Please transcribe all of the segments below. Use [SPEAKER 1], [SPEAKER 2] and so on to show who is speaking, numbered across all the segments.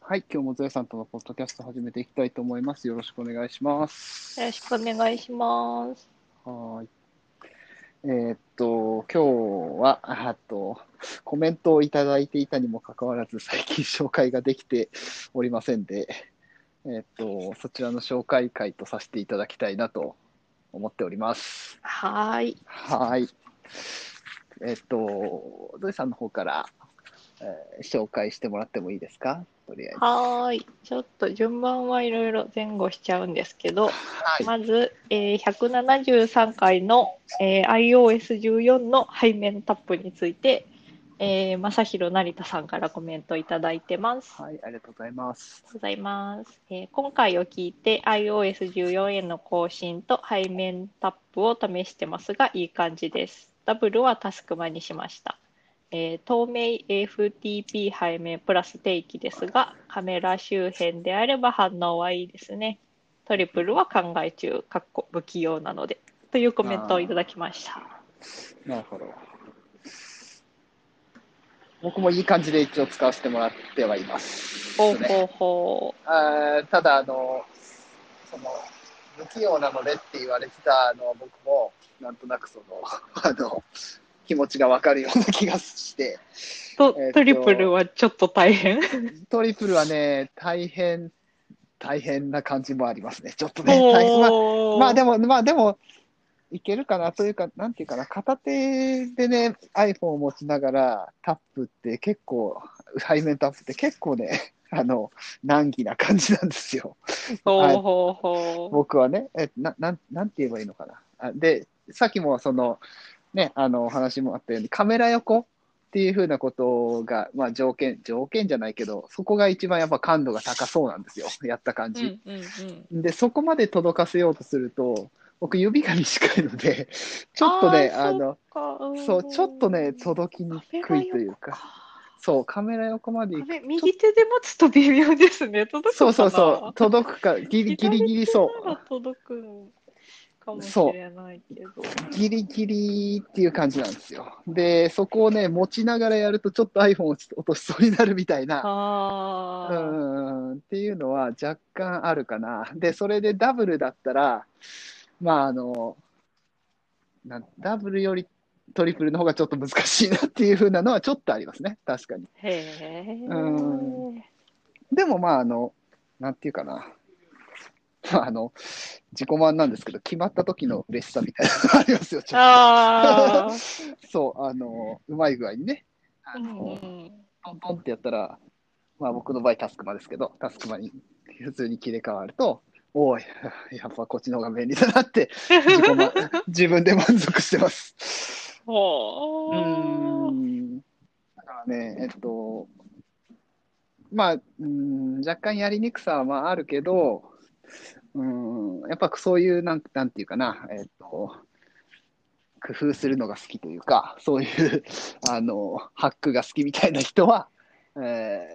[SPEAKER 1] はい、今日もゾエさんとのポッドキャスト始めていきたいと思います。よろしくお願いします。
[SPEAKER 2] よろしくお願いします。
[SPEAKER 1] はーい。えーっと、今日は、あっと、コメントをいただいていたにもかかわらず、最近紹介ができておりませんで、えーっと、そちらの紹介会とさせていただきたいなと思っております。
[SPEAKER 2] はーい。
[SPEAKER 1] はーい。えーっと、ゾエさんの方から、えー紹介してもらってもいいですかとりあえず。
[SPEAKER 2] はーい。ちょっと順番はいろいろ前後しちゃうんですけど、
[SPEAKER 1] はい。
[SPEAKER 2] まず、えー173回の、えー iOS14 の背面タップについて、えー、正弘成田さんからコメントいただいてます。
[SPEAKER 1] はい、ありがとうございます。
[SPEAKER 2] ございます、えー今回を聞いて iOS14 への更新と背面タップを試してますがいい感じですダブルはタスクマにしました、えー透明 FTP 背面プラス定期ですがカメラ周辺であれば反応はいいですねトリプルは考え中かっこ不器用なのでというコメントをいただきました
[SPEAKER 1] なるほど。僕もいい感じで一応使わせてもらってはいます。
[SPEAKER 2] ほう
[SPEAKER 1] ね
[SPEAKER 2] ほうほ
[SPEAKER 1] あーただあの、その、不器用なのでって言われてたのは僕も、なんとなくその、 あの、気持ちがわかるような気がして、
[SPEAKER 2] うと
[SPEAKER 1] えーと
[SPEAKER 2] トリプルはちょっと大変
[SPEAKER 1] トリプルはね、大変、大変な感じもありますね。ちょっとね、大変な
[SPEAKER 2] おー
[SPEAKER 1] まあでも、まあでも、いけるかなというか、なんていうかな、片手でね、iPhone を持ちながらタップって結構、背面タップって結構ね、 あの、難儀な感じなんですよ。
[SPEAKER 2] ほうほうほう
[SPEAKER 1] 僕はね、えななんなんて言えばいいのかな。あで、さっきもその、ね、あの、お話もあったように、カメラ横っていうふうなことが、まあ条件、条件じゃないけど、そこが一番やっぱ感度が高そうなんですよ。やった感じ。
[SPEAKER 2] うんうんうん
[SPEAKER 1] で、そこまで届かせようとすると、僕、指が短いので、 ちょっとね、あ
[SPEAKER 2] あー
[SPEAKER 1] の、
[SPEAKER 2] かん
[SPEAKER 1] そう、ちょっとね、届きにくいというか、そう、カメラ横まで
[SPEAKER 2] カ
[SPEAKER 1] 行く、
[SPEAKER 2] メラ横か右手で持つと微妙ですね。届くか
[SPEAKER 1] そう
[SPEAKER 2] な
[SPEAKER 1] そうそう、届くか、ギリギリギリそ
[SPEAKER 2] 左手なら
[SPEAKER 1] う、
[SPEAKER 2] 届くんかもしれないけど。
[SPEAKER 1] ギリギリっていう感じなんですよ。で、そこをね、持ちながらやると、ちょっと iPhone 落ち落としそうになるみたいな。
[SPEAKER 2] あ
[SPEAKER 1] う
[SPEAKER 2] あ、
[SPEAKER 1] んっていうのは若干あるかな。 で、それでダブルだったら、まあ、あの、なんダブルよりトリプルの方がちょっと難しいなっていう風なのはちょっとありますね。確かに。
[SPEAKER 2] へえ。
[SPEAKER 1] うんでも、まあ、あの、なんていうかな。まあ、あの、自己満なんですけど、決まった時の嬉しさみたいなのがありますよ、ちょっ
[SPEAKER 2] ああ、
[SPEAKER 1] と。そう、あの、うまい具合にね。あ
[SPEAKER 2] うん
[SPEAKER 1] の
[SPEAKER 2] うん
[SPEAKER 1] ポンポンってやったら、まあ僕の場合タスクマですけど、タスクマに普通に切り替わると、おい、やっぱこっちの方が便利だなって自己 満自分で満足してます。
[SPEAKER 2] ほ
[SPEAKER 1] う
[SPEAKER 2] う
[SPEAKER 1] ーん。だからね、えっと、まあ、うーん、若干やりにくさはまああるけど、うーん、やっぱそういう、なんなんていうかな、えっと、工夫するのが好きというか、そういう、 あの、ハックが好きみたいな人は、え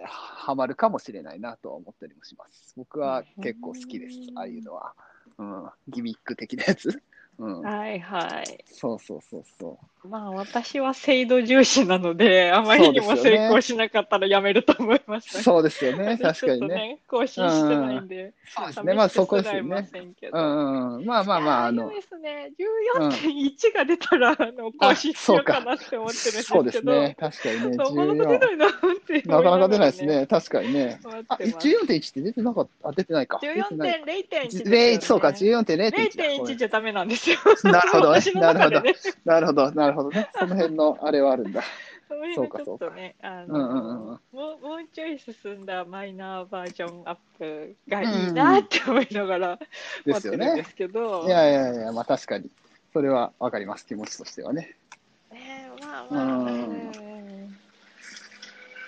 [SPEAKER 1] ーハマるかもしれないなとは思ったりもします。僕は結構好きです
[SPEAKER 2] う、ん
[SPEAKER 1] ああいうのは。うん、ギミック的なやつ。うん、
[SPEAKER 2] はいはい。
[SPEAKER 1] そうそうそうそう。
[SPEAKER 2] まあ私は精度重視なので、あまりに
[SPEAKER 1] そう
[SPEAKER 2] も
[SPEAKER 1] ですよね
[SPEAKER 2] 成功しなかったらやめると思いました。
[SPEAKER 1] そうですよ ね、確かにね。
[SPEAKER 2] ね。更新してないんで。
[SPEAKER 1] そうですね、まあそこですよね。う
[SPEAKER 2] ま
[SPEAKER 1] んうん、まあまあまあ、あの、
[SPEAKER 2] ですね、14.1が出たら、あの更新しようかなって思ってるんですけど、
[SPEAKER 1] そうですね、確かにね、
[SPEAKER 2] そうなかなか
[SPEAKER 1] 14
[SPEAKER 2] 出ないなって。
[SPEAKER 1] なかなか出ないです。ね、確かにね。
[SPEAKER 2] 待
[SPEAKER 1] あ、
[SPEAKER 2] ってます。
[SPEAKER 1] 14.1って出てなかった、あ、出てないか。出てない。
[SPEAKER 2] 14.0.1
[SPEAKER 1] でそうか、
[SPEAKER 2] 0.1
[SPEAKER 1] 14.0.1だ。ごめん
[SPEAKER 2] じゃダメなんですよ。
[SPEAKER 1] なるほどね
[SPEAKER 2] 私の中でね。
[SPEAKER 1] なるほど、なるほどね。その辺のあれはある んだ。
[SPEAKER 2] その辺がちょっとね、あ
[SPEAKER 1] うんうんうんうん
[SPEAKER 2] の、もうもうちょい進んだマイナーバージョンアップがいいなって思いながら
[SPEAKER 1] で
[SPEAKER 2] 待っ
[SPEAKER 1] す
[SPEAKER 2] て
[SPEAKER 1] よ
[SPEAKER 2] るんで
[SPEAKER 1] ね。
[SPEAKER 2] すけど。
[SPEAKER 1] いやいやいや、まあ確かに。それはわかります、気持ちとしてはね。
[SPEAKER 2] ねまあまあ、
[SPEAKER 1] うん
[SPEAKER 2] うん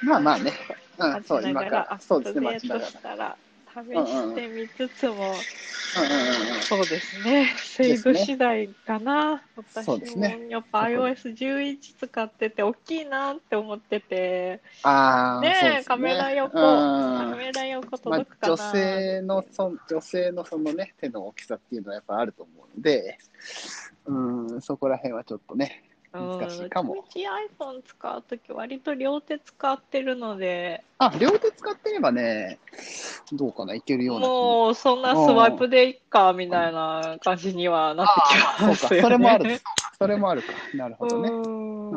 [SPEAKER 1] まあまあね。うん、
[SPEAKER 2] 待ち
[SPEAKER 1] そう、
[SPEAKER 2] な
[SPEAKER 1] 今
[SPEAKER 2] が
[SPEAKER 1] からら。
[SPEAKER 2] ア
[SPEAKER 1] そう
[SPEAKER 2] ッ
[SPEAKER 1] で
[SPEAKER 2] プ
[SPEAKER 1] すね、
[SPEAKER 2] デ
[SPEAKER 1] 待ち
[SPEAKER 2] ー
[SPEAKER 1] な
[SPEAKER 2] ト
[SPEAKER 1] が
[SPEAKER 2] したら試してみつつも、
[SPEAKER 1] ら。うんうんうんうん。
[SPEAKER 2] そうですね、制度次第かな、私
[SPEAKER 1] そうですね
[SPEAKER 2] もやっぱ iOS11 使ってて、大きいなって思ってて、
[SPEAKER 1] ああ、
[SPEAKER 2] ねえ
[SPEAKER 1] そうですね
[SPEAKER 2] カメラ横カ
[SPEAKER 1] うん
[SPEAKER 2] メラ横
[SPEAKER 1] まあ
[SPEAKER 2] 届く、かな、
[SPEAKER 1] 女性のそん女性のそのね手の大きさっていうのはやっぱあると思うので、うんそこら辺はちょっとね難しいかも
[SPEAKER 2] うんうち iPhone 使うとき割と両手使ってるので、
[SPEAKER 1] あ、両手使ってればね、どうかな、いけるような気も
[SPEAKER 2] もうそんなスワイプでいっかみたいな感じにはなってき
[SPEAKER 1] そうか、
[SPEAKER 2] ますよね。
[SPEAKER 1] それもある。それもあるか。なるほどね。う
[SPEAKER 2] うん
[SPEAKER 1] ん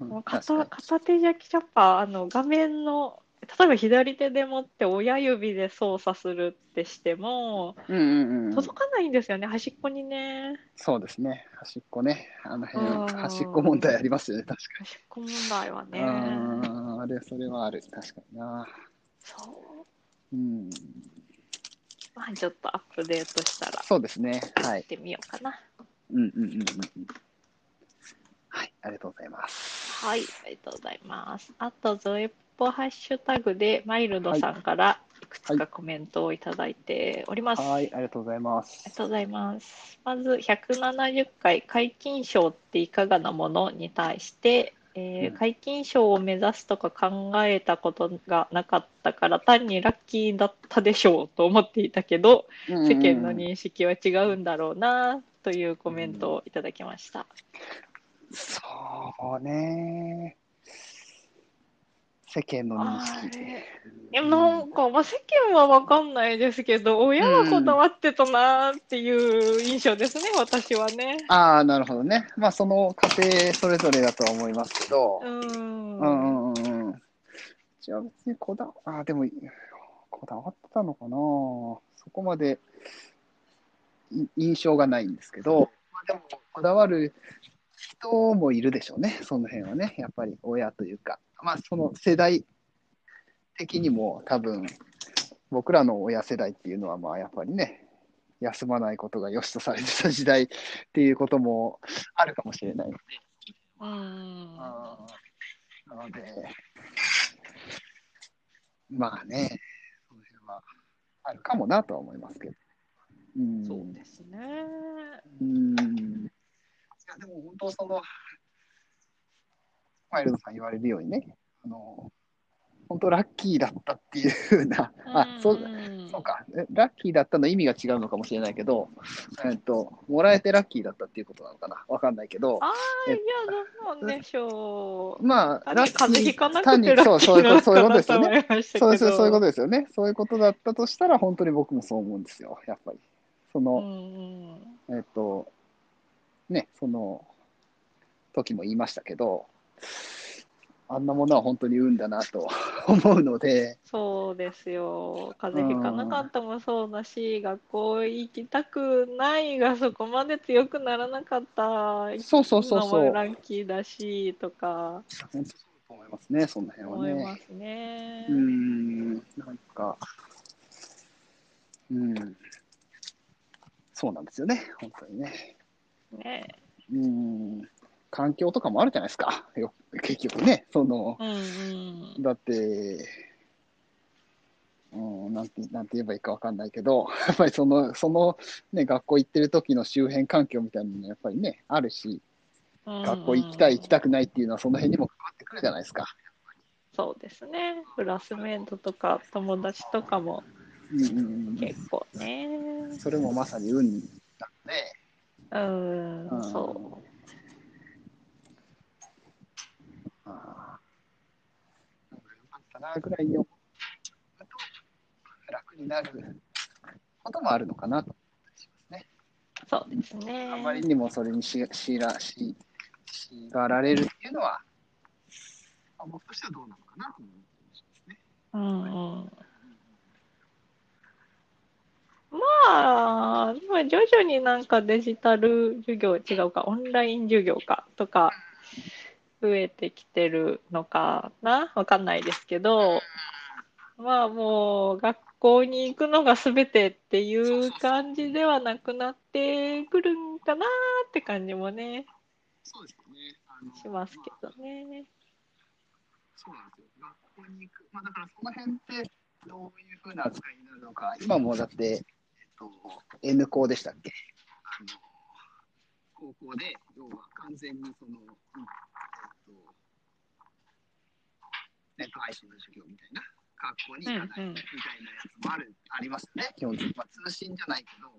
[SPEAKER 2] もう
[SPEAKER 1] 確か
[SPEAKER 2] 片片手じゃやっぱあの画面の例えば左手で持って親指で操作するってしても
[SPEAKER 1] に。うんうんうん。
[SPEAKER 2] 届かないんですよね、端っこにね
[SPEAKER 1] そうですね。端っこね。あの辺
[SPEAKER 2] うん、
[SPEAKER 1] 端っこ問題ありますよね、確か
[SPEAKER 2] 端っこ問題は
[SPEAKER 1] に。
[SPEAKER 2] ね
[SPEAKER 1] うん、あれ、それはある。確かにな。
[SPEAKER 2] そ
[SPEAKER 1] う
[SPEAKER 2] う
[SPEAKER 1] ん。
[SPEAKER 2] まあちょっとアップデートしたら
[SPEAKER 1] そうですね。は
[SPEAKER 2] やっ
[SPEAKER 1] い。
[SPEAKER 2] てみようかな
[SPEAKER 1] うんうんうんうんうん。はい、ありがとうございます。
[SPEAKER 2] はいありがとうございますあとゾエッポハッシュタグでマイルドさんからいくつかコメントをいただいております、
[SPEAKER 1] はい、ありがとうございま
[SPEAKER 2] ありが
[SPEAKER 1] す。
[SPEAKER 2] とうございます。まず170回解禁賞っていかがなものに対して、えー
[SPEAKER 1] うん
[SPEAKER 2] 解禁賞を目指すとか考えたことがなかったから単にラッキーだったでしょうと思っていたけど世間の認識は違うんだろうなというコメントをいただきました。
[SPEAKER 1] そうね。世間の認
[SPEAKER 2] あ
[SPEAKER 1] 識。
[SPEAKER 2] れいやなんか、まあ、世間は分かんないですけど親はこだわってたなっていう印象ですね、私はね。
[SPEAKER 1] ああ、なるほどね。まあ、その家庭それぞれだとは思いますけど。
[SPEAKER 2] うん
[SPEAKER 1] うんうんうんうん。じゃあ別にこだわ、ああ、でも、こだわったのかな。そこまでい印象がないんですけど、まあ、でも、こだわる人もいるでしょうね。その辺はね。やっぱり親というか、まあ、その世代的にも多分、僕らの親世代っていうのは、まあ、やっぱりね、休まないことが良しとされてた時代っていうこともあるかもしれない。
[SPEAKER 2] うん
[SPEAKER 1] なので、まあね、その辺はあるかもなとは思いますけど。うん。
[SPEAKER 2] そうですね。
[SPEAKER 1] うん。いや、でも本当その、マイルドさん言われるようにね、あの、本当ラッキーだったっていうふうな、あ、そう、
[SPEAKER 2] ん
[SPEAKER 1] そうか、えラッキーだったの意味が違うのかもしれないけど、えっと、もらえてラッキーだったっていうことなのかな、わかんないけど、
[SPEAKER 2] ああ、いや、どうなんでしょう。
[SPEAKER 1] まあ、
[SPEAKER 2] 単に風邪ひかなく
[SPEAKER 1] 単に
[SPEAKER 2] てラ
[SPEAKER 1] そう
[SPEAKER 2] ッキ
[SPEAKER 1] そう
[SPEAKER 2] ー
[SPEAKER 1] いう
[SPEAKER 2] な
[SPEAKER 1] こ
[SPEAKER 2] の
[SPEAKER 1] とそういうこ
[SPEAKER 2] か
[SPEAKER 1] とで
[SPEAKER 2] な
[SPEAKER 1] す
[SPEAKER 2] と
[SPEAKER 1] よねそうそうそう
[SPEAKER 2] 思。いましたけど。
[SPEAKER 1] いうこと
[SPEAKER 2] と。
[SPEAKER 1] ですよね。そういうことだったとしたら、本当に僕もそう思うんですよ、やっぱり。その、えっと、ね、その、時も言いましたけど、あんなものは本当に運だなと思うので、
[SPEAKER 2] そうですよ。風邪ひかなかったもそうだし、学校行きたくないがそこまで強くならなかった。
[SPEAKER 1] そうそうそうそう、
[SPEAKER 2] 今もラ
[SPEAKER 1] 本
[SPEAKER 2] ッキーだしとか
[SPEAKER 1] 当そうと思いますね、その辺は
[SPEAKER 2] 思
[SPEAKER 1] ね。
[SPEAKER 2] いますね
[SPEAKER 1] うー。ん、なんか、うん、そうなんですよね、本当にね。
[SPEAKER 2] ね。
[SPEAKER 1] うーん環境とかもあるじゃないですか、よ結局ね。その
[SPEAKER 2] うんうん。
[SPEAKER 1] だって、うん、なんてなんて言えばいいかわかんないけど、 やっぱりその、そのね、学校行ってる時の周辺環境みたいなのもやっぱりね、あるし、学校行きたい、行き
[SPEAKER 2] い。
[SPEAKER 1] たくないっていうのは、その辺にも関わってくるじゃないですか。
[SPEAKER 2] そうですね。クラスメートとか友達とかも
[SPEAKER 1] うんうんうん、
[SPEAKER 2] 結構ね。
[SPEAKER 1] それもまさに運なので、
[SPEAKER 2] うん、
[SPEAKER 1] うん
[SPEAKER 2] そ
[SPEAKER 1] ああ、なんか良かったなぐらいに思うと楽になることもあるのかなと思ったりしますね。
[SPEAKER 2] う、そうですね。
[SPEAKER 1] あまりにもそれにししらしがられるっていうのは、あ僕としてはどうなのかなと思ったりしますね。
[SPEAKER 2] うんうん。まあ、今徐々になんかデジタル授業、違うか、オンライン授業かとか、増えてきてるのかなわかんないですけど、まあもう学校に行くのが全てっていう感じではなくなってくるんかなって感じもね、
[SPEAKER 1] そうですね。あの
[SPEAKER 2] しますけどね。
[SPEAKER 1] そうなんですよ。学校に行く、まあ、だからその辺ってどういうふうな扱いになるのか、今もうだって、えっと、N 校でしたっけあの高校で、要は完全にその、うんえっと、ネット配信の授業みたいな、学校に行かないみたいなやつもある、ありますよね、基本的に。まあ、通信じゃないけど、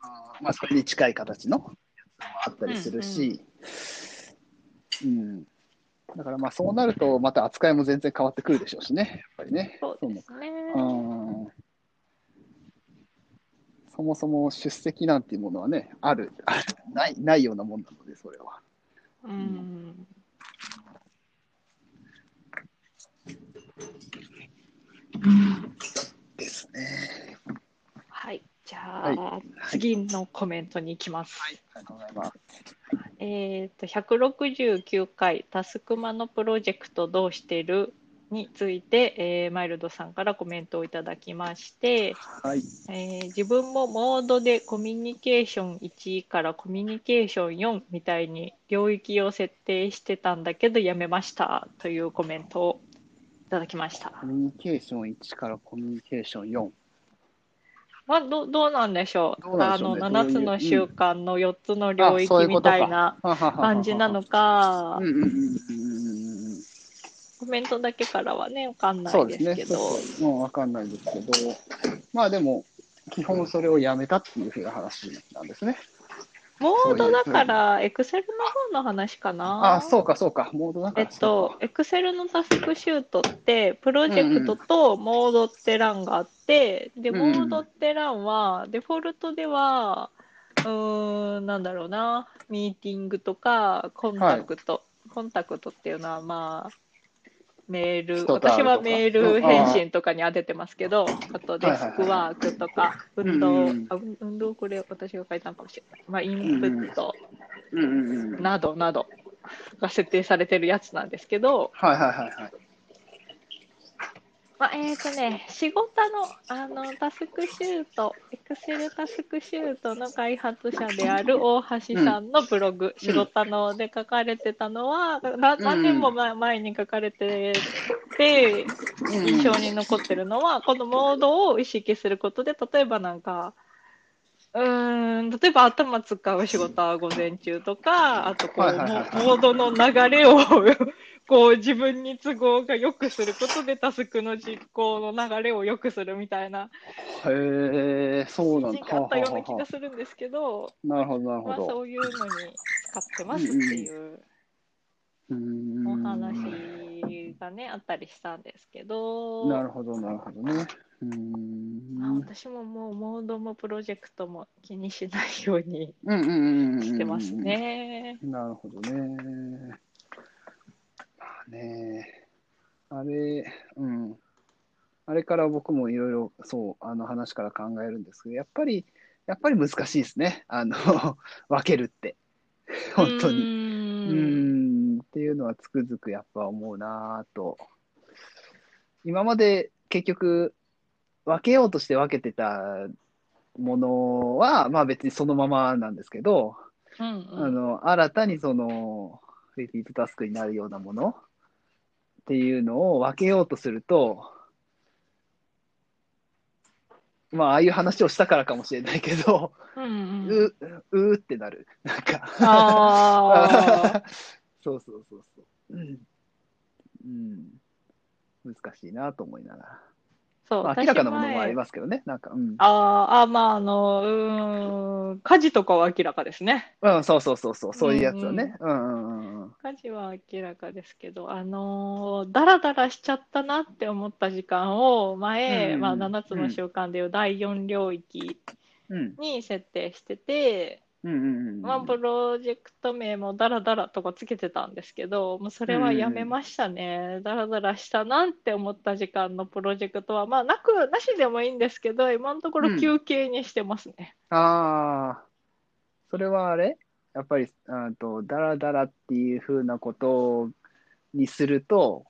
[SPEAKER 1] あーまあ、それに近い形のやつもあったりするし、うん。だからまあそうなると、また扱いも全然変わってくるでしょうしね、やっぱりね。
[SPEAKER 2] そうですね。
[SPEAKER 1] うんそもそも出席なんていうものはね、ある、 あるない、ないようなもんなので、それは。
[SPEAKER 2] うん。
[SPEAKER 1] ですね。
[SPEAKER 2] はい。じゃあ、
[SPEAKER 1] は
[SPEAKER 2] 次のコメントに行きます。
[SPEAKER 1] はい、ありがとうございます。
[SPEAKER 2] えっと169回「タスクマのプロジェクトどうしてる?」について、えーマイルドさんからコメントをいただきまして、
[SPEAKER 1] はい、
[SPEAKER 2] えー自分もモードでコミュニケーション1からコミュニケーション4みたいに領域を設定してたんだけどやめましたというコメントをいただきました。
[SPEAKER 1] コミュニケーション1からコミュニケーション4。
[SPEAKER 2] まあ、どどうなんでしょう
[SPEAKER 1] どうなんでしょうねど
[SPEAKER 2] あ
[SPEAKER 1] う
[SPEAKER 2] の
[SPEAKER 1] いう
[SPEAKER 2] 7つの習慣の4つの領
[SPEAKER 1] あそうい
[SPEAKER 2] 域
[SPEAKER 1] うこ
[SPEAKER 2] み
[SPEAKER 1] とか
[SPEAKER 2] たいな感
[SPEAKER 1] 感
[SPEAKER 2] じなの。か
[SPEAKER 1] うん、うんうんうんうんうんうん。
[SPEAKER 2] コメントだけからはね、わかんな
[SPEAKER 1] そ
[SPEAKER 2] い
[SPEAKER 1] で
[SPEAKER 2] うですす
[SPEAKER 1] ね。
[SPEAKER 2] け
[SPEAKER 1] ちょ
[SPEAKER 2] ど。
[SPEAKER 1] っともうわかんないですけど、まあでも、基本それをやめたっていうふうな話なんですね。
[SPEAKER 2] モードだから、エクセルの方の話かな。
[SPEAKER 1] あ、そうかそうか、モードだか
[SPEAKER 2] えっ
[SPEAKER 1] らそう
[SPEAKER 2] と
[SPEAKER 1] か。、
[SPEAKER 2] エクセルのタスクシュートって、プロジェクトとモードって欄があって、で、
[SPEAKER 1] うん
[SPEAKER 2] モードって欄は、デフォルトでは、うーん、なんだろうな、ミーティングとか、コンタクト、コンタクトっていうのは、まあ、メール、
[SPEAKER 1] 人と会う
[SPEAKER 2] 私
[SPEAKER 1] とか
[SPEAKER 2] はメール返信とかに当ててますけど、あとデスクワークとか、運動、
[SPEAKER 1] うんうん
[SPEAKER 2] あ運運動これ私が書いたのかもしれない。まあ、インプット
[SPEAKER 1] うんうんうん。はい
[SPEAKER 2] などなどが設定されてるやつなんですけど、
[SPEAKER 1] はいはいはい。
[SPEAKER 2] まあ、えっ、とね、仕事のあのタスクシュート、エクセルタスクシュートの開発者である大橋さんのブログ、仕事ので書かれてたのは、な何年も前前に書かれてて、印象に残ってるの は、このモードを意識することで、例えばなんか、うーん、例えば頭使う仕事は午前中とか、あとこう、
[SPEAKER 1] はいはいはいはい
[SPEAKER 2] モードの流れを、 こう自分に都合が良くすることでタスクの実行の流れを良くするみたいな
[SPEAKER 1] へえ、そうなん
[SPEAKER 2] 時
[SPEAKER 1] だ。
[SPEAKER 2] があったような
[SPEAKER 1] はあは
[SPEAKER 2] 気
[SPEAKER 1] あ
[SPEAKER 2] が
[SPEAKER 1] は
[SPEAKER 2] するんですけど、
[SPEAKER 1] あなるほどなる
[SPEAKER 2] まあ
[SPEAKER 1] ほど。
[SPEAKER 2] そういうのに使ってますっていう
[SPEAKER 1] うーん
[SPEAKER 2] お話がね、あったりしたんですけど。
[SPEAKER 1] なるほどなるほどね。うーん。
[SPEAKER 2] まあ、私ももうモードもプロジェクトも気にしないように
[SPEAKER 1] うんうんうんうんうん。
[SPEAKER 2] してます。ね。
[SPEAKER 1] なるほどね。まあね、あれ、うん。あれから僕もいろいろ、そう、あの話から考えるんですけど、やっぱり、やっぱり難しいですね。あの、 分けるって。本当に。う
[SPEAKER 2] に。
[SPEAKER 1] ん、っていうのはつくづくやっぱ思うなぁと。今まで結局、分けようとして分けてたものは、まあ別にそのままなんですけど、
[SPEAKER 2] うん
[SPEAKER 1] あの新たにそのリピートタスクになるようなものっていうのを分けようとするとまあああいう話をしたからかもしれないけど、
[SPEAKER 2] うん
[SPEAKER 1] う
[SPEAKER 2] うん。
[SPEAKER 1] ううーってなるなんか
[SPEAKER 2] ああ。
[SPEAKER 1] そうそうそうそううん、うん、難しいなと思いながら、
[SPEAKER 2] そう、
[SPEAKER 1] まあ、明
[SPEAKER 2] 私
[SPEAKER 1] らかなものもあ
[SPEAKER 2] 前
[SPEAKER 1] りますけどねなんかうん、
[SPEAKER 2] あーあ、まあ、あの、うーん、家事とかは明らかですね。
[SPEAKER 1] うん、そうそうそうそうそういうやつはねうんうんうんうん
[SPEAKER 2] 家事は明らかですけど、あのー、だらだらしちゃったなって思った時間を前、
[SPEAKER 1] うん
[SPEAKER 2] まあ、7つの習慣でいう第4領域
[SPEAKER 1] うん
[SPEAKER 2] に設定してて、
[SPEAKER 1] うんうんうん
[SPEAKER 2] まあ、プロジェクト名もダラダラとかつけてたんですけど、もうそれはやめましたね。ダラダラしたなんて思った時間のプロジェクトは、まあ、なく、なしでもいいんですけど、今のとこ
[SPEAKER 1] う
[SPEAKER 2] ろ
[SPEAKER 1] ん
[SPEAKER 2] 休憩にしてますね。
[SPEAKER 1] ああ、それはあれやっぱり、あと、だらだらっていうふうなことにすると、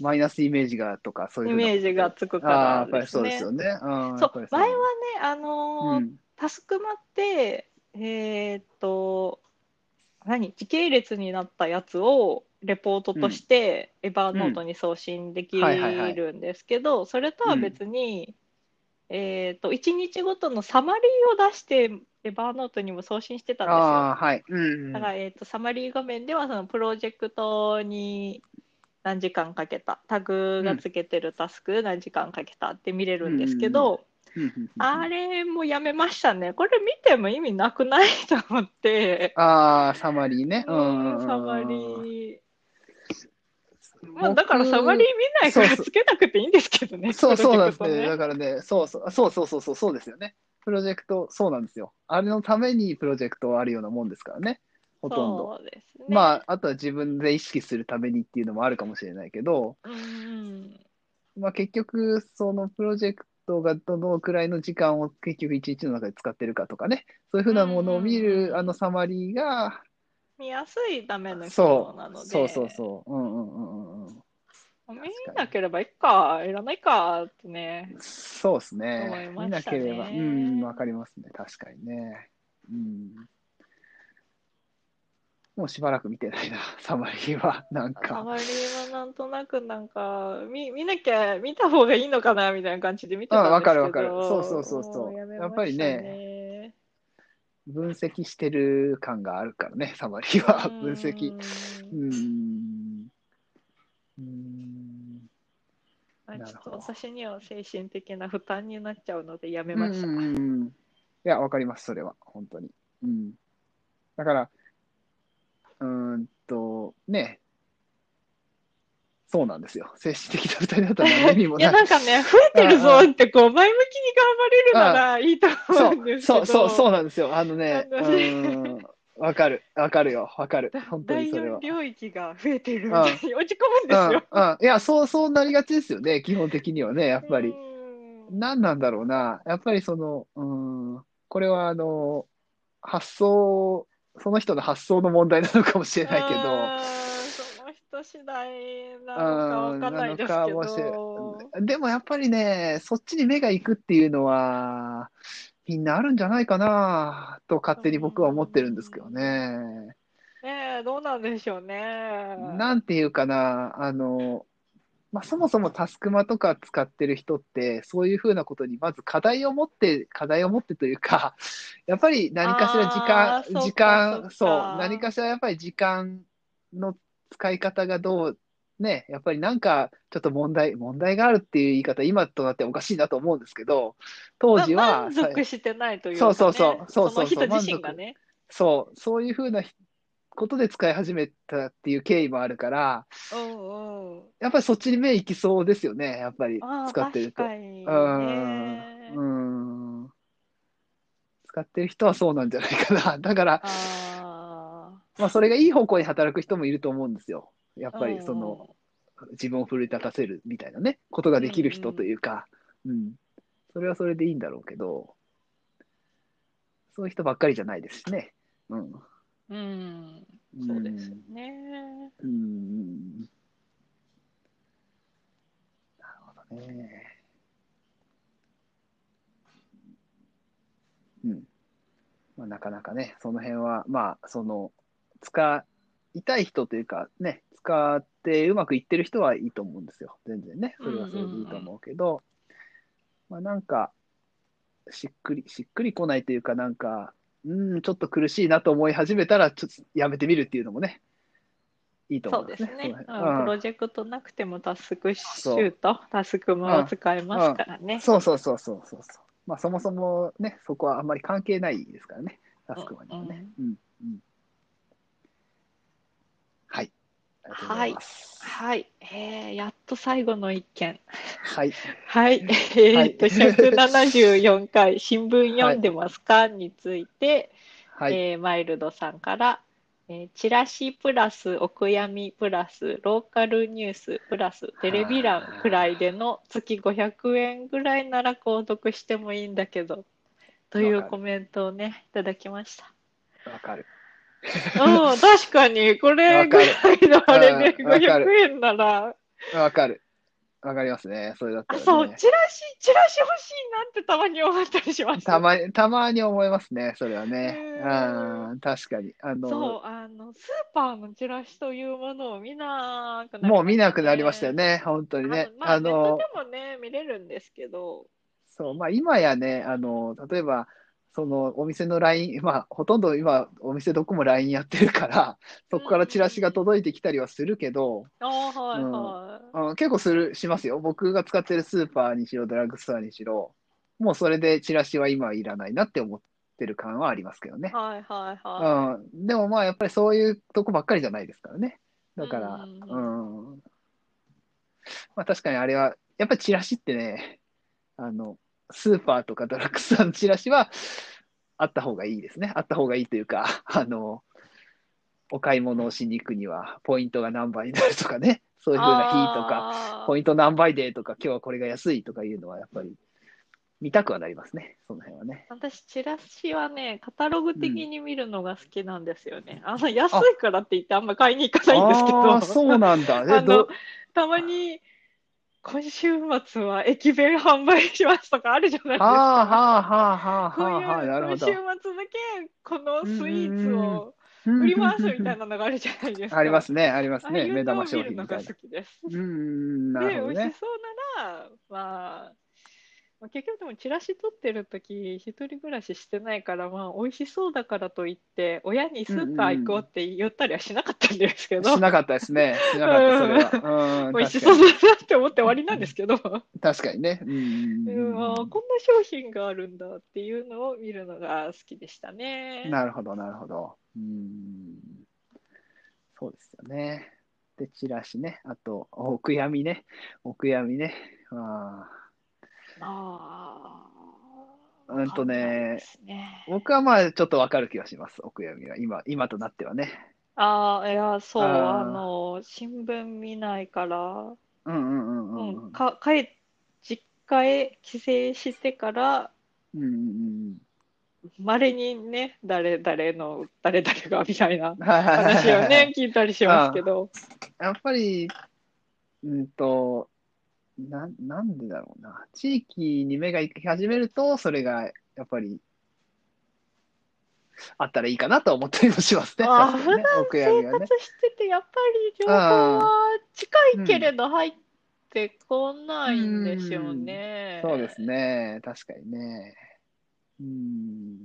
[SPEAKER 1] マイナスイメージがとか、そういう
[SPEAKER 2] イ
[SPEAKER 1] ふうな
[SPEAKER 2] メージがつくか
[SPEAKER 1] ああ、や
[SPEAKER 2] ら
[SPEAKER 1] っぱり
[SPEAKER 2] です
[SPEAKER 1] そうで
[SPEAKER 2] ね。
[SPEAKER 1] すよね。ああ、や
[SPEAKER 2] そう
[SPEAKER 1] っぱり
[SPEAKER 2] 前はね
[SPEAKER 1] う、
[SPEAKER 2] あのー
[SPEAKER 1] うん。
[SPEAKER 2] タスクマって、えーっと、何時系列になったやつをレポートとしてエバーノートに送信でき
[SPEAKER 1] はいはいはい
[SPEAKER 2] るんですけど、それとは別に、えーっと、1日ごとのサマリーを出してエバーノートにも送信してたんですよ。
[SPEAKER 1] ああ、はい。うんうん。
[SPEAKER 2] だから、えーっと、サマリー画面ではそのプロジェクトに何時間かけた、タグがつけてるタスク何時間かけたって見れるんですけど、あれもやめましたね。これ見ても意味なくないと思って。
[SPEAKER 1] ああ、サマリーね。
[SPEAKER 2] う
[SPEAKER 1] うん。
[SPEAKER 2] んサマリー。
[SPEAKER 1] 僕。
[SPEAKER 2] まあ、だからサマリー見ないから
[SPEAKER 1] そうそう
[SPEAKER 2] つけなくていいんですけどね。
[SPEAKER 1] そうそうなんです
[SPEAKER 2] プロジェ
[SPEAKER 1] ね。
[SPEAKER 2] クト
[SPEAKER 1] だからね、そうそう、そうそうそうそう、そうですよね。プロジェクト、そうなんですよ。あれのためにプロジェクトはあるようなもんですからね、ほとんど。
[SPEAKER 2] そうですね。
[SPEAKER 1] まあ、あとは自分で意識するためにっていうのもあるかもしれないけど、
[SPEAKER 2] あ、うん。
[SPEAKER 1] まあ、結局、そのプロジェクトがどのくらいの時間を結局一日の中で使ってるかとかね、そういうふうなものを見
[SPEAKER 2] うん
[SPEAKER 1] るあのサマリーが、
[SPEAKER 2] 見やすいための機
[SPEAKER 1] そ
[SPEAKER 2] 能なの
[SPEAKER 1] う、
[SPEAKER 2] で、
[SPEAKER 1] そうそうそう、うんうんうんうんうん。
[SPEAKER 2] 見なければいいか、いらないかってね。
[SPEAKER 1] そうです
[SPEAKER 2] 思い
[SPEAKER 1] ね。
[SPEAKER 2] ま
[SPEAKER 1] 見な
[SPEAKER 2] したね
[SPEAKER 1] ければ、うん、わかりますね。確かにね。うん。もうしばらく見てない な、サマリーは。なん
[SPEAKER 2] サ
[SPEAKER 1] か。
[SPEAKER 2] マリーはなんとなくなんか見見なきゃ見た方がいいのかなみたいな感じで見てたんですけど、
[SPEAKER 1] うんわかるわかるそうそうそうそう
[SPEAKER 2] もやめました
[SPEAKER 1] やっぱり
[SPEAKER 2] ね
[SPEAKER 1] 分析してる感があるからね、サマリーは。 分析。
[SPEAKER 2] う
[SPEAKER 1] うんん。うん。
[SPEAKER 2] まあ
[SPEAKER 1] な
[SPEAKER 2] ち
[SPEAKER 1] る
[SPEAKER 2] ょっ
[SPEAKER 1] ほ
[SPEAKER 2] と
[SPEAKER 1] ど
[SPEAKER 2] 私には精神的な負担になっちゃうのでやめ
[SPEAKER 1] う
[SPEAKER 2] ました、
[SPEAKER 1] ん。いや、わかります、それは。本当に。うん。だから、うーんと、ね。そうなんですよ。精神的な二人だったら何にも
[SPEAKER 2] い
[SPEAKER 1] な
[SPEAKER 2] や
[SPEAKER 1] い。
[SPEAKER 2] なんかね増えてるぞってこう前向きに頑張れるならいいと思
[SPEAKER 1] そ
[SPEAKER 2] うんで
[SPEAKER 1] う
[SPEAKER 2] すけ
[SPEAKER 1] そ
[SPEAKER 2] ど
[SPEAKER 1] うそうそうなんですよ。あのね、
[SPEAKER 2] な
[SPEAKER 1] う
[SPEAKER 2] んかね
[SPEAKER 1] ーん、わかる、わかるよ、わかる。本当
[SPEAKER 2] 第
[SPEAKER 1] にそれ
[SPEAKER 2] 4
[SPEAKER 1] は。
[SPEAKER 2] 領域が増えてるみたいに落ち込むんですよ。
[SPEAKER 1] うん、うん、いや、そう、そうなりがちですよね、基本的にはね、やっぱり。
[SPEAKER 2] うん
[SPEAKER 1] 何なんだろうな、やっぱりその、うーん、これはあの、発想、その人の発想の問題なのかもしれないけど。
[SPEAKER 2] あーその人次第なのかわかんないです
[SPEAKER 1] な
[SPEAKER 2] け
[SPEAKER 1] のかもしれ
[SPEAKER 2] ど。
[SPEAKER 1] でもやっぱりね、そっちに目が行くっていうのは、みんなあるんじゃないかなと勝手に僕は思ってるんですけどね。
[SPEAKER 2] ねえ、どうなんでしょうね。
[SPEAKER 1] なんていうかな、あの、まあ、そもそもタスクマとか使ってる人って、そういうふうなことにまず課題を持って、課題を持ってというか、 やっぱり何かしら時
[SPEAKER 2] あーそ
[SPEAKER 1] 間、
[SPEAKER 2] うか
[SPEAKER 1] 時間、
[SPEAKER 2] そ
[SPEAKER 1] そうう
[SPEAKER 2] か、
[SPEAKER 1] 何かしらやっぱり時間の使い方がどう、ね、やっぱりなんかちょっと問題、問題があるっていう言い方、今となってはおかしいなと思うんですけど、当時
[SPEAKER 2] ま
[SPEAKER 1] は、
[SPEAKER 2] 満足してないというか、ね、
[SPEAKER 1] そうそうそうそうそうそう
[SPEAKER 2] の人自身がね。
[SPEAKER 1] そう、そういうふうなことで使い始めたっていう経緯もあるから、
[SPEAKER 2] うんうん。
[SPEAKER 1] やっぱりそっちに目行きそうですよね、やっぱり
[SPEAKER 2] ああ、
[SPEAKER 1] 使ってると。
[SPEAKER 2] 確かにね。
[SPEAKER 1] うんうん使ってる人はそうなんじゃないかな。 だから、
[SPEAKER 2] あ
[SPEAKER 1] まあ、それがいい方向に働く人もいると思うんですよ。やっ
[SPEAKER 2] あ。
[SPEAKER 1] ぱりその自分を奮い立たせるみたいなね、ことができる人というか、うん、それはそれでいいんだろうけど、そういう人ばっかりじゃないですしね。うん、
[SPEAKER 2] うんうん。うん。そうですよね。
[SPEAKER 1] うんうん。なるほどね。うん。まあ、なかなかね、その辺は、まあ、その、使いたい人というか、ね、使ってうまくいってる人はいいと思うんですよ。全然ね。それはそれでいいと思うけど、まあ、なんか、しっくり、しっくりこないというか、なんか、うん、ちょっと苦しいなと思い始めたら、ちょっとやめてみるっていうのもね、いいと思
[SPEAKER 2] そ
[SPEAKER 1] いうま
[SPEAKER 2] ですす
[SPEAKER 1] ね。
[SPEAKER 2] ね。
[SPEAKER 1] その
[SPEAKER 2] うん
[SPEAKER 1] 辺
[SPEAKER 2] プロジェクトなくてもタスクシュート、タスクマは使えますからね。
[SPEAKER 1] そうそうそうそうそうそう。まあそもそもね、そこはあんまり関係ないですからね、タスクマンにはね。うん、うん。はい。ありがとうございます。
[SPEAKER 2] はい、えーやっと最後の一件。
[SPEAKER 1] はい。
[SPEAKER 2] はい、 えーっと、174回、新聞読んでますかについて、
[SPEAKER 1] はい。
[SPEAKER 2] えーマイルドさんから、えーチラシプラスお悔やみプラスローカルニュースプラステレビ欄くらいでの月500円ぐらいなら購読してもいいんだけどとい
[SPEAKER 1] わ
[SPEAKER 2] う
[SPEAKER 1] かる
[SPEAKER 2] コメントをねいただきました
[SPEAKER 1] わかる。
[SPEAKER 2] うん確かにこれ
[SPEAKER 1] わか
[SPEAKER 2] ぐ
[SPEAKER 1] らる
[SPEAKER 2] いのあれで
[SPEAKER 1] うんわか
[SPEAKER 2] 500
[SPEAKER 1] る
[SPEAKER 2] 円なら
[SPEAKER 1] わかる。わかりますね。それだった
[SPEAKER 2] あ
[SPEAKER 1] ら、ね。
[SPEAKER 2] そうチラシチラシ欲しいなってたまに思ったりしました
[SPEAKER 1] まに、たまに思いますね。それはね。
[SPEAKER 2] うん
[SPEAKER 1] うん。確かに。あの、
[SPEAKER 2] そうあのスーパーのチラシというものを見なくなりましたね
[SPEAKER 1] もう見なくなりましたよね。本当にね。
[SPEAKER 2] あの、まあ、ネットでもね、見れるんですけど、
[SPEAKER 1] そう、まあ今やね、あの、例えば、そのお店の LINE、まあほとんど今お店どこも LINE やってるから、そこからチラシが届いてきたりはするけど、
[SPEAKER 2] ああ、はいはい。
[SPEAKER 1] うん、結構する、しますよ。僕が使ってるスーパーにしろ、ドラッグストアにしろ、もうそれでチラシは今はいらないなって思ってる感はありますけどね。
[SPEAKER 2] はいはいは
[SPEAKER 1] うん、でもまあやっぱりそういうとこばっかりじゃないですからね。だから、
[SPEAKER 2] う
[SPEAKER 1] うんん
[SPEAKER 2] う
[SPEAKER 1] まあ確かにあれは、やっぱりチラシってね、あの、スーパーとかドラッグストアのチラシはあった方がいいですね。あった方がいいというか、あの、お買い物をしに行くにはポイントが何倍になるとかね、そう
[SPEAKER 2] い。
[SPEAKER 1] いうふうな日とか、
[SPEAKER 2] か
[SPEAKER 1] ポイント何倍でとか、今日はこれが安いとかいうのはやっぱり見たくはなりますね、その辺はね。
[SPEAKER 2] 私、チラシはね、カタログ的に見るのが好きなんですよね。あの、安いからって言ってあんま買いに行かないんですけ
[SPEAKER 1] あ
[SPEAKER 2] ど、
[SPEAKER 1] ーそうなんだ。
[SPEAKER 2] あ
[SPEAKER 1] え
[SPEAKER 2] の
[SPEAKER 1] ど、
[SPEAKER 2] たまに、今週末は駅弁販売しますとかあるじゃないです
[SPEAKER 1] ああ、は
[SPEAKER 2] か。
[SPEAKER 1] あ、はあ、はあ、
[SPEAKER 2] そう
[SPEAKER 1] はあ、はあ、なる
[SPEAKER 2] い
[SPEAKER 1] ほ
[SPEAKER 2] う、今週
[SPEAKER 1] ど
[SPEAKER 2] 末。だけ、このスイーツを
[SPEAKER 1] 売
[SPEAKER 2] 売り回すみたいなのがあるじゃないですか。
[SPEAKER 1] ありますね、あります
[SPEAKER 2] ああい
[SPEAKER 1] ね、
[SPEAKER 2] う
[SPEAKER 1] 目
[SPEAKER 2] の
[SPEAKER 1] 玉
[SPEAKER 2] を
[SPEAKER 1] 商
[SPEAKER 2] 見る
[SPEAKER 1] 品
[SPEAKER 2] の
[SPEAKER 1] みた
[SPEAKER 2] が
[SPEAKER 1] い
[SPEAKER 2] 好
[SPEAKER 1] な。
[SPEAKER 2] きです。
[SPEAKER 1] うーん、なるほど
[SPEAKER 2] で、美味
[SPEAKER 1] ね
[SPEAKER 2] し。そうなら、まあ、まあ、結局でもチラシ取ってる時、一人暮らししてないから、まあ、美味しそうだからといって、親にスーパー行こうって言ったりはしなかったんですけど、
[SPEAKER 1] しなかったですね、しなかった、それは。うん、
[SPEAKER 2] 美味し
[SPEAKER 1] 確
[SPEAKER 2] そ
[SPEAKER 1] か
[SPEAKER 2] う
[SPEAKER 1] に
[SPEAKER 2] だなって思って終わりなんですけど、
[SPEAKER 1] 確かにね。うんうん
[SPEAKER 2] う
[SPEAKER 1] うん
[SPEAKER 2] ん、あーこんな商品があるんだっていうのを見るのが好きでしたね。
[SPEAKER 1] なるほど、なるほど。うん。そうですよね。で、チラシね。あと、お悔やみね。お悔やみね。あ
[SPEAKER 2] ああ、
[SPEAKER 1] うんとね
[SPEAKER 2] わかんないですね
[SPEAKER 1] ー僕はまあ、ちょっとわかる気がします。お悔やみは。今、今となってはね。
[SPEAKER 2] ああ、いや、そう、
[SPEAKER 1] あー
[SPEAKER 2] あの、新聞見ないから、
[SPEAKER 1] うんうんうん
[SPEAKER 2] う
[SPEAKER 1] うん
[SPEAKER 2] ん、
[SPEAKER 1] うん。
[SPEAKER 2] か、帰、実家へ帰省してから、
[SPEAKER 1] うんうん
[SPEAKER 2] 稀にね、誰々の、誰々が、みたいな
[SPEAKER 1] うん。はいはいはい
[SPEAKER 2] 話
[SPEAKER 1] はい
[SPEAKER 2] を ね、聞いたりしますけど、
[SPEAKER 1] やっぱり、うんと、な、なんでだろうな。地域に目が行き始めると、それが、やっぱり、あったらいいかなと思ったりもしますね。
[SPEAKER 2] あー
[SPEAKER 1] 確かにね。お悔やみ
[SPEAKER 2] 生
[SPEAKER 1] はね
[SPEAKER 2] 活。してて、やっぱり情報は近いけれど入ってこないんですよね。
[SPEAKER 1] そうですね。確かにね。うん。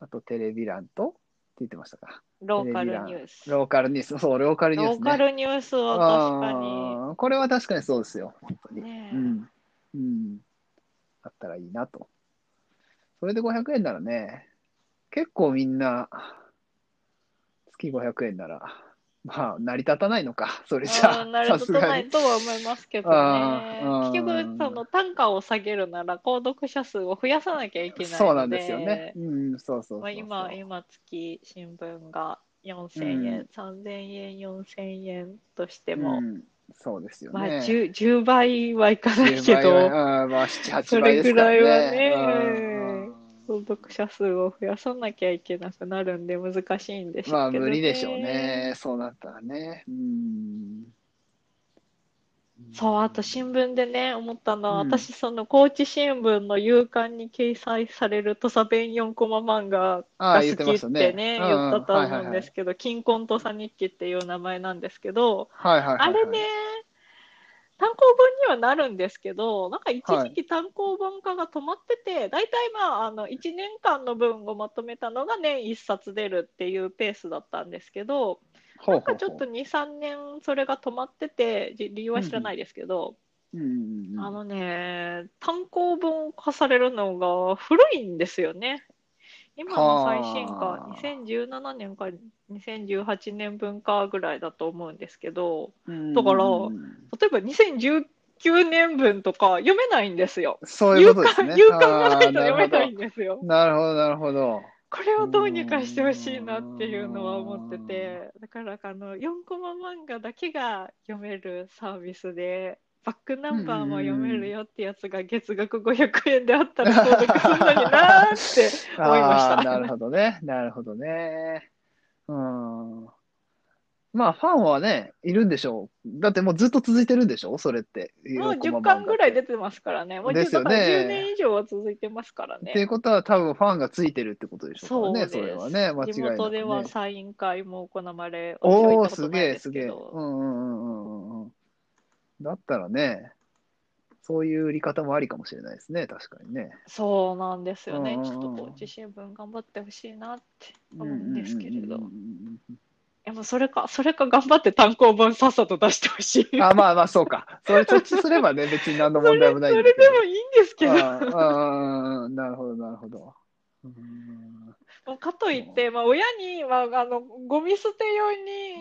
[SPEAKER 1] あと、テレビ欄と、って言ってましたか。
[SPEAKER 2] ローカルニュース。ロ
[SPEAKER 1] ローカルニュース。そう、ローカルニュース
[SPEAKER 2] ーカ
[SPEAKER 1] ね。
[SPEAKER 2] ルニュースは確かに。
[SPEAKER 1] あーこれは確かにそうですよ。本当に。
[SPEAKER 2] ねえ
[SPEAKER 1] うん。うん。あったらいいなと。それで500円ならね、結構みんな、月500円なら、まあ、成り立たないのか、それじゃ
[SPEAKER 2] あーな
[SPEAKER 1] あ、
[SPEAKER 2] る
[SPEAKER 1] さ
[SPEAKER 2] ほ
[SPEAKER 1] す
[SPEAKER 2] どな
[SPEAKER 1] が
[SPEAKER 2] い
[SPEAKER 1] に。
[SPEAKER 2] とは思いますけどね
[SPEAKER 1] あ。ー
[SPEAKER 2] 結局、その単価を下げるなら、購読者数を増やさなきゃいけないので、
[SPEAKER 1] そうなんですよね。うん、そうそうそうそう。
[SPEAKER 2] まあ、今、今月新聞が4000円、3000円、4000円としても、
[SPEAKER 1] うん、そうですよ
[SPEAKER 2] まあ
[SPEAKER 1] ね。
[SPEAKER 2] 10、10倍はいかない
[SPEAKER 1] 10
[SPEAKER 2] け
[SPEAKER 1] 倍
[SPEAKER 2] ど、
[SPEAKER 1] はうんまあ、7、8倍ですからね。
[SPEAKER 2] それぐらいはね
[SPEAKER 1] うんうん
[SPEAKER 2] 購読者数を増やさなきゃいけなくなるんで難しいんでしょう
[SPEAKER 1] まあ
[SPEAKER 2] けど
[SPEAKER 1] 無理でしょうね。そうなったらね。うん。
[SPEAKER 2] そう、あと新聞でね、思ったのは、
[SPEAKER 1] うん
[SPEAKER 2] 私、その高知新聞の夕刊に掲載される土佐弁4コマ漫画
[SPEAKER 1] あ
[SPEAKER 2] が
[SPEAKER 1] あ、言って
[SPEAKER 2] 好き
[SPEAKER 1] ま
[SPEAKER 2] っ
[SPEAKER 1] した
[SPEAKER 2] て
[SPEAKER 1] ね。
[SPEAKER 2] ね、
[SPEAKER 1] うん
[SPEAKER 2] 言ったと
[SPEAKER 1] はい
[SPEAKER 2] 思
[SPEAKER 1] はい
[SPEAKER 2] うん
[SPEAKER 1] はい
[SPEAKER 2] ですけど、金婚土佐日記っていう名前なんですけど、
[SPEAKER 1] はいはいはいはい。
[SPEAKER 2] あれね、単行本にはなるんですけど、なんか一時期単行本化が止まってて、大体まあ、あの、1年間の分をまとめたのが年1冊出るっていうペースだったんですけど、
[SPEAKER 1] ほうほうほう、
[SPEAKER 2] なんかちょっと2、3年それが止まってて、じ理由は知らないですけど、
[SPEAKER 1] うんうんうん、
[SPEAKER 2] あのね、単行本化されるのが古いんですよね。今の最新
[SPEAKER 1] は
[SPEAKER 2] 刊、
[SPEAKER 1] あ
[SPEAKER 2] 2017年か2018年分かぐらいだと思うんですけど、
[SPEAKER 1] うん
[SPEAKER 2] だから
[SPEAKER 1] うん
[SPEAKER 2] 例えば2019年分とか読めないんですよ。
[SPEAKER 1] そういうことですね。
[SPEAKER 2] 勇敢がないと読め
[SPEAKER 1] ああな
[SPEAKER 2] ない
[SPEAKER 1] る
[SPEAKER 2] んですよ
[SPEAKER 1] ほど。。なるほど、なるほど。
[SPEAKER 2] これをどうにかしてほしいなっていうのは思ってて、だからあの4コマ漫画だけが読めるサービスで、バックナンバーも読めるよってやつが月額500円であったら購読するのになーって思いました
[SPEAKER 1] ああ、なるほどね。なるほどね。うん。まあ、ファンはね、いるんでしょう。だってもうずっと続いてるんでしょそれって。
[SPEAKER 2] もう
[SPEAKER 1] 色々こま
[SPEAKER 2] 10
[SPEAKER 1] 漫画
[SPEAKER 2] 巻
[SPEAKER 1] って
[SPEAKER 2] ぐらい出てますからね。もう
[SPEAKER 1] で
[SPEAKER 2] 10
[SPEAKER 1] すよ
[SPEAKER 2] だ
[SPEAKER 1] ね
[SPEAKER 2] から10年以上は続いてますから
[SPEAKER 1] っていう
[SPEAKER 2] ね。
[SPEAKER 1] ことは多分ファンがついてるってことでしょうからね、
[SPEAKER 2] そう
[SPEAKER 1] そ
[SPEAKER 2] で
[SPEAKER 1] れ
[SPEAKER 2] す
[SPEAKER 1] はね、間違
[SPEAKER 2] 地
[SPEAKER 1] いなく、ね。
[SPEAKER 2] 元ではサイン会も行われ、私は
[SPEAKER 1] お
[SPEAKER 2] 行
[SPEAKER 1] お
[SPEAKER 2] っ
[SPEAKER 1] ー、
[SPEAKER 2] たこと
[SPEAKER 1] す
[SPEAKER 2] な
[SPEAKER 1] げ
[SPEAKER 2] い
[SPEAKER 1] え、
[SPEAKER 2] です
[SPEAKER 1] すげ
[SPEAKER 2] け
[SPEAKER 1] え。
[SPEAKER 2] ど
[SPEAKER 1] う。んうんうんうんうん。だったらね、そういう売り方もありかもしれないですね、確かにね。
[SPEAKER 2] そうなんですよね
[SPEAKER 1] う。んうん
[SPEAKER 2] ち
[SPEAKER 1] う
[SPEAKER 2] ょ
[SPEAKER 1] ん
[SPEAKER 2] っと高知新聞頑張ってほしいなって思うんですけれど。
[SPEAKER 1] うんうんうんうん
[SPEAKER 2] いやもそれか、それか頑張って単行本さっさと出してほしい。
[SPEAKER 1] あ、まあまあ、そうか。それ処置すれば ね、別に何の問題もないんだ
[SPEAKER 2] それ
[SPEAKER 1] け
[SPEAKER 2] でもいいんですけ
[SPEAKER 1] ど。
[SPEAKER 2] ど、
[SPEAKER 1] ああ、なるほど、なるほど。うーん
[SPEAKER 2] もうかといって、まあ、親に、まあ、あのゴミ捨て用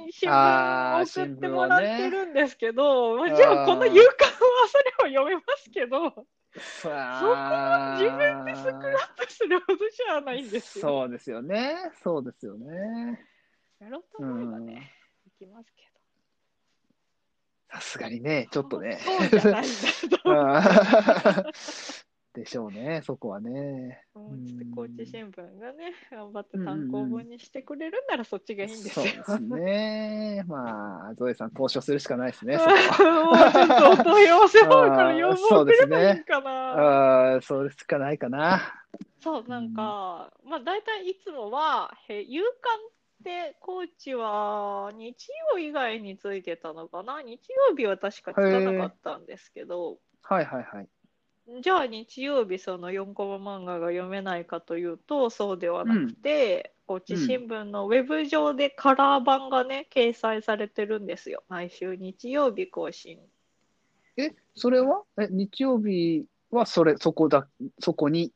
[SPEAKER 2] に新
[SPEAKER 1] あ
[SPEAKER 2] 聞を
[SPEAKER 1] ー
[SPEAKER 2] 送っ
[SPEAKER 1] 新
[SPEAKER 2] て
[SPEAKER 1] 聞
[SPEAKER 2] も
[SPEAKER 1] をね
[SPEAKER 2] らってるんですけど、まあ、
[SPEAKER 1] あー
[SPEAKER 2] じゃあこの夕刊はそれを読めますけど、
[SPEAKER 1] そ
[SPEAKER 2] は自分でスクラップするほどじゃないんですよ。
[SPEAKER 1] そうですよね。そうですよね。
[SPEAKER 2] やろうと
[SPEAKER 1] う
[SPEAKER 2] 思えばね
[SPEAKER 1] ん、
[SPEAKER 2] できますけど。
[SPEAKER 1] さすがにね、ちょっとね。
[SPEAKER 2] そうそうじゃないんだ と思う。
[SPEAKER 1] あー でしょうね、そこはね。
[SPEAKER 2] もうちょっと高知新聞がね、頑張って単行本にしてくれるんならそっちがいいんです
[SPEAKER 1] そう
[SPEAKER 2] よ。
[SPEAKER 1] ですね。まあ、ゾエさん、交渉するしかないですね、そこは。
[SPEAKER 2] もうちょっとお問い合わせフォームから要望をくればいいかな。
[SPEAKER 1] ああ、そうしかないかな。
[SPEAKER 2] そう、なんか、まあ大体いつもは、へ夕刊って高知は日曜以外についてたのかな日曜日は確かつかなかったんですけど、
[SPEAKER 1] はいはいはい。
[SPEAKER 2] じゃあ日曜日その4コマ漫画が読めないかというと、そうではなくて、高知新聞のウェブ上でカラー版がね、掲載されてるんですよ。毎週日曜日更新。
[SPEAKER 1] え、それはえ、日曜日はそれ、そこだ、そこに、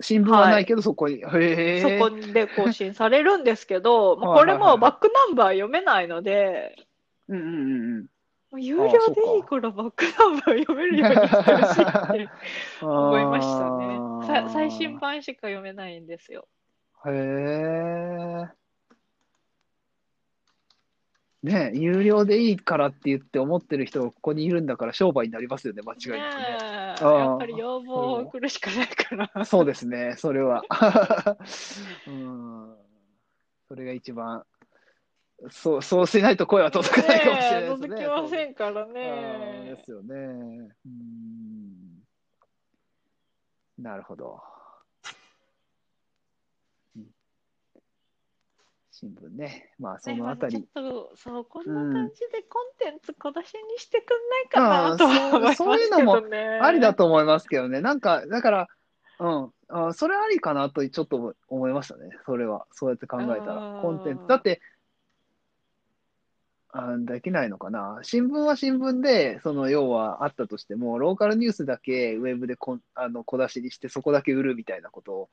[SPEAKER 1] 新聞はないけど、そこに。へえ。
[SPEAKER 2] そこで更新されるんですけど、まあこれもバックナンバー読めないので、
[SPEAKER 1] うんうんうん うん。
[SPEAKER 2] もう有料でいいからバックナンバー読めるようにしてほしい って思いましたね。さ最新版しか読めないんですよ。
[SPEAKER 1] あー。へえ。ねえ、有料でいいからって言って思ってる人がここにいるんだから商売になりますよね、間違い
[SPEAKER 2] ね
[SPEAKER 1] なくね。
[SPEAKER 2] え
[SPEAKER 1] あー
[SPEAKER 2] やっぱり要望を送るしかないから。
[SPEAKER 1] そうですね、それは。 うん。それが一番、そう、そうしないと声は届かないかもしれない
[SPEAKER 2] ねえ
[SPEAKER 1] ですね。
[SPEAKER 2] 届きませんから
[SPEAKER 1] そうで
[SPEAKER 2] ね
[SPEAKER 1] す。よね。うん。なるほど。うん新聞ね。まあ、そのあたり。
[SPEAKER 2] ねまあちょっとそうこん
[SPEAKER 1] うん
[SPEAKER 2] な感じでコンテンツ小出しにしてくんないかなと
[SPEAKER 1] あー
[SPEAKER 2] は思いますけ
[SPEAKER 1] そう
[SPEAKER 2] どね。
[SPEAKER 1] ありだと思いますけどね。なんか、だから、うん。あそれありかなとちょっと思いましたね。それは。そうやって考えた
[SPEAKER 2] あー
[SPEAKER 1] ら。コンテンツ。だって、あできないのかな。新聞は新聞で、その要はあったとしても、ローカルニュースだけウェブでこんあの小出しにして、そこだけ売るみたいなこと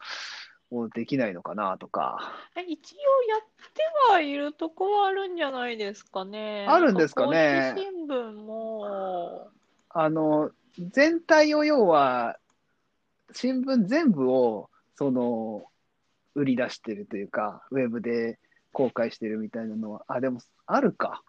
[SPEAKER 1] をできないのかなとか。
[SPEAKER 2] え一応やってはいるとこはあるんじゃないですかね。
[SPEAKER 1] あるんですか
[SPEAKER 2] な
[SPEAKER 1] ね
[SPEAKER 2] ん高知新聞も。
[SPEAKER 1] あの、全体を要は、新聞全部を、その、売り出してるというか、ウェブで公開してるみたいなのは、あ、でも、あるか。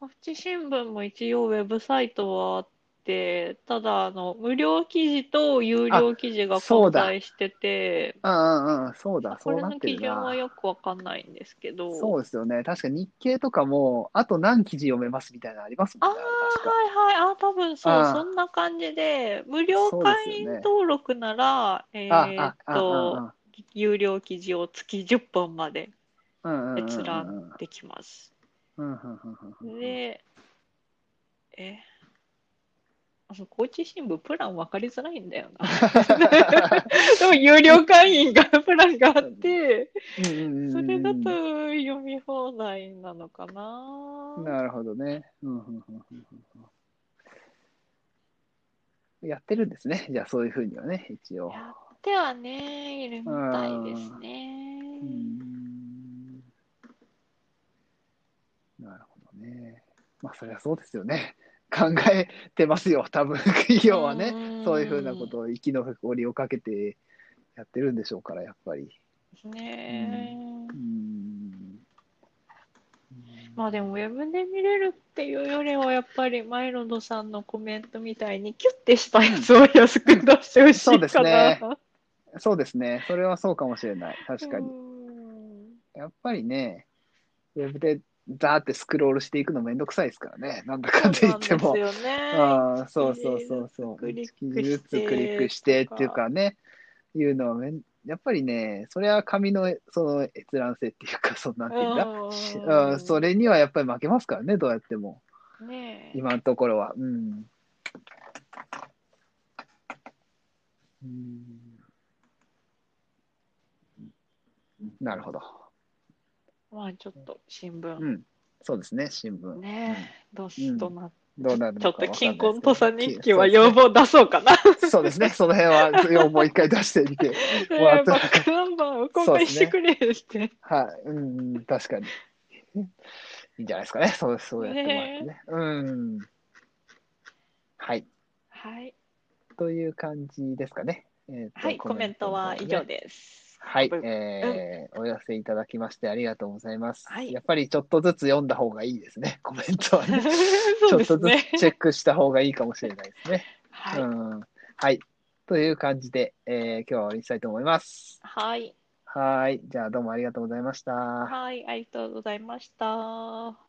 [SPEAKER 2] 高知新聞も一応ウェブサイトはあって、ただあの無料記事と有料記事が混在してて、
[SPEAKER 1] うんうんうん、そうだ、
[SPEAKER 2] こ
[SPEAKER 1] そう
[SPEAKER 2] れ
[SPEAKER 1] な
[SPEAKER 2] の
[SPEAKER 1] って
[SPEAKER 2] 基
[SPEAKER 1] る
[SPEAKER 2] 準は
[SPEAKER 1] な。
[SPEAKER 2] よくわかんないんですけど、
[SPEAKER 1] そうですよね。確か日経とかも、あと何記事読めますみたいなのあります
[SPEAKER 2] あ
[SPEAKER 1] も
[SPEAKER 2] あ
[SPEAKER 1] んね。確か。
[SPEAKER 2] はいはい、あ多分そう、
[SPEAKER 1] あー
[SPEAKER 2] そんな感じで、無料
[SPEAKER 1] そうですよね
[SPEAKER 2] 会員登録なら、え
[SPEAKER 1] あ、
[SPEAKER 2] ーっ
[SPEAKER 1] あ、あ、
[SPEAKER 2] と、有料記事を月10本まで
[SPEAKER 1] あ、うんうんうんうん。
[SPEAKER 2] 閲覧できます。
[SPEAKER 1] うんうんうんうんうん。
[SPEAKER 2] で、え、あの高知新聞プラン分かりづらいんだよ な。でも有料会員がプランがあって、
[SPEAKER 1] うんうんうんうん
[SPEAKER 2] それだと読み放題なのかな。
[SPEAKER 1] なるほどね。うんうんうんうんうんうんやってるんですね。じゃあそういうふうにはね、一応。
[SPEAKER 2] やってはね、いるみたいですね。
[SPEAKER 1] うーんなるほどね。まあそりゃそうですよね。考えてますよ、多分企業はね。
[SPEAKER 2] ね
[SPEAKER 1] そういうふうなことを息の誇りをかけてやってるんでしょうから、やっぱり。
[SPEAKER 2] ねえ
[SPEAKER 1] うーん
[SPEAKER 2] まあでもウェブで見れるっていうよりはやっぱりマイロドさんのコメントみたいにキュッてしたやつを安く出してほし
[SPEAKER 1] そう
[SPEAKER 2] い
[SPEAKER 1] です
[SPEAKER 2] かな
[SPEAKER 1] ね。そうですね。それはそうかもしれない。確かに
[SPEAKER 2] う。ん
[SPEAKER 1] やっぱりね、ウェブでザーってスクロールしていくのめんどくさいですからね、なんだかんだ言っても。
[SPEAKER 2] そうなんですよね。
[SPEAKER 1] ああそうそうそうそう。
[SPEAKER 2] クリッ
[SPEAKER 1] 1
[SPEAKER 2] ク
[SPEAKER 1] 記
[SPEAKER 2] して
[SPEAKER 1] 事ずつクリックしてっていうかね、いうのはめんやっぱりね、それは紙のその閲覧性っていうか、 そんなんていうんだ。
[SPEAKER 2] うん
[SPEAKER 1] うんそれにはやっぱり負けますからね、どうやっても、
[SPEAKER 2] ねえ
[SPEAKER 1] 今のところは。うん。うんなるほど。
[SPEAKER 2] まあちょっと新聞、
[SPEAKER 1] うん。そうですね、新聞。
[SPEAKER 2] ねえ、どうしどうな、
[SPEAKER 1] どうなるの
[SPEAKER 2] ち
[SPEAKER 1] か
[SPEAKER 2] ょ
[SPEAKER 1] わ
[SPEAKER 2] っ
[SPEAKER 1] かんない
[SPEAKER 2] と
[SPEAKER 1] ですけど
[SPEAKER 2] 金婚とさ日記は要望出そうかな。
[SPEAKER 1] そうですね、その辺は要望一回出してみて。
[SPEAKER 2] ね
[SPEAKER 1] わ
[SPEAKER 2] え
[SPEAKER 1] あ
[SPEAKER 2] バックナンバーを公開してくれるって。
[SPEAKER 1] はい、うん、確かに。いいんじゃないですかね、そうそうやってもらってね。うん。はい、
[SPEAKER 2] はい、
[SPEAKER 1] という感じですかね。えーと
[SPEAKER 2] はい、コメントは以上。です。
[SPEAKER 1] はい、
[SPEAKER 2] うん
[SPEAKER 1] えーお寄せいただきましてありがとうございます。
[SPEAKER 2] はい
[SPEAKER 1] やっぱりちょっとずつ読んだ方がいいですね、コメントはね。ち ょ
[SPEAKER 2] そう
[SPEAKER 1] っと
[SPEAKER 2] です
[SPEAKER 1] ず
[SPEAKER 2] ね。
[SPEAKER 1] つチェックした方がいいかもしれないですね。
[SPEAKER 2] はい、
[SPEAKER 1] うん。はい。という感じで、えー今日は終わりにしたいと思います。
[SPEAKER 2] はい、
[SPEAKER 1] はーい。じゃあどうもありがとうございました。
[SPEAKER 2] はい、ありがとうございました。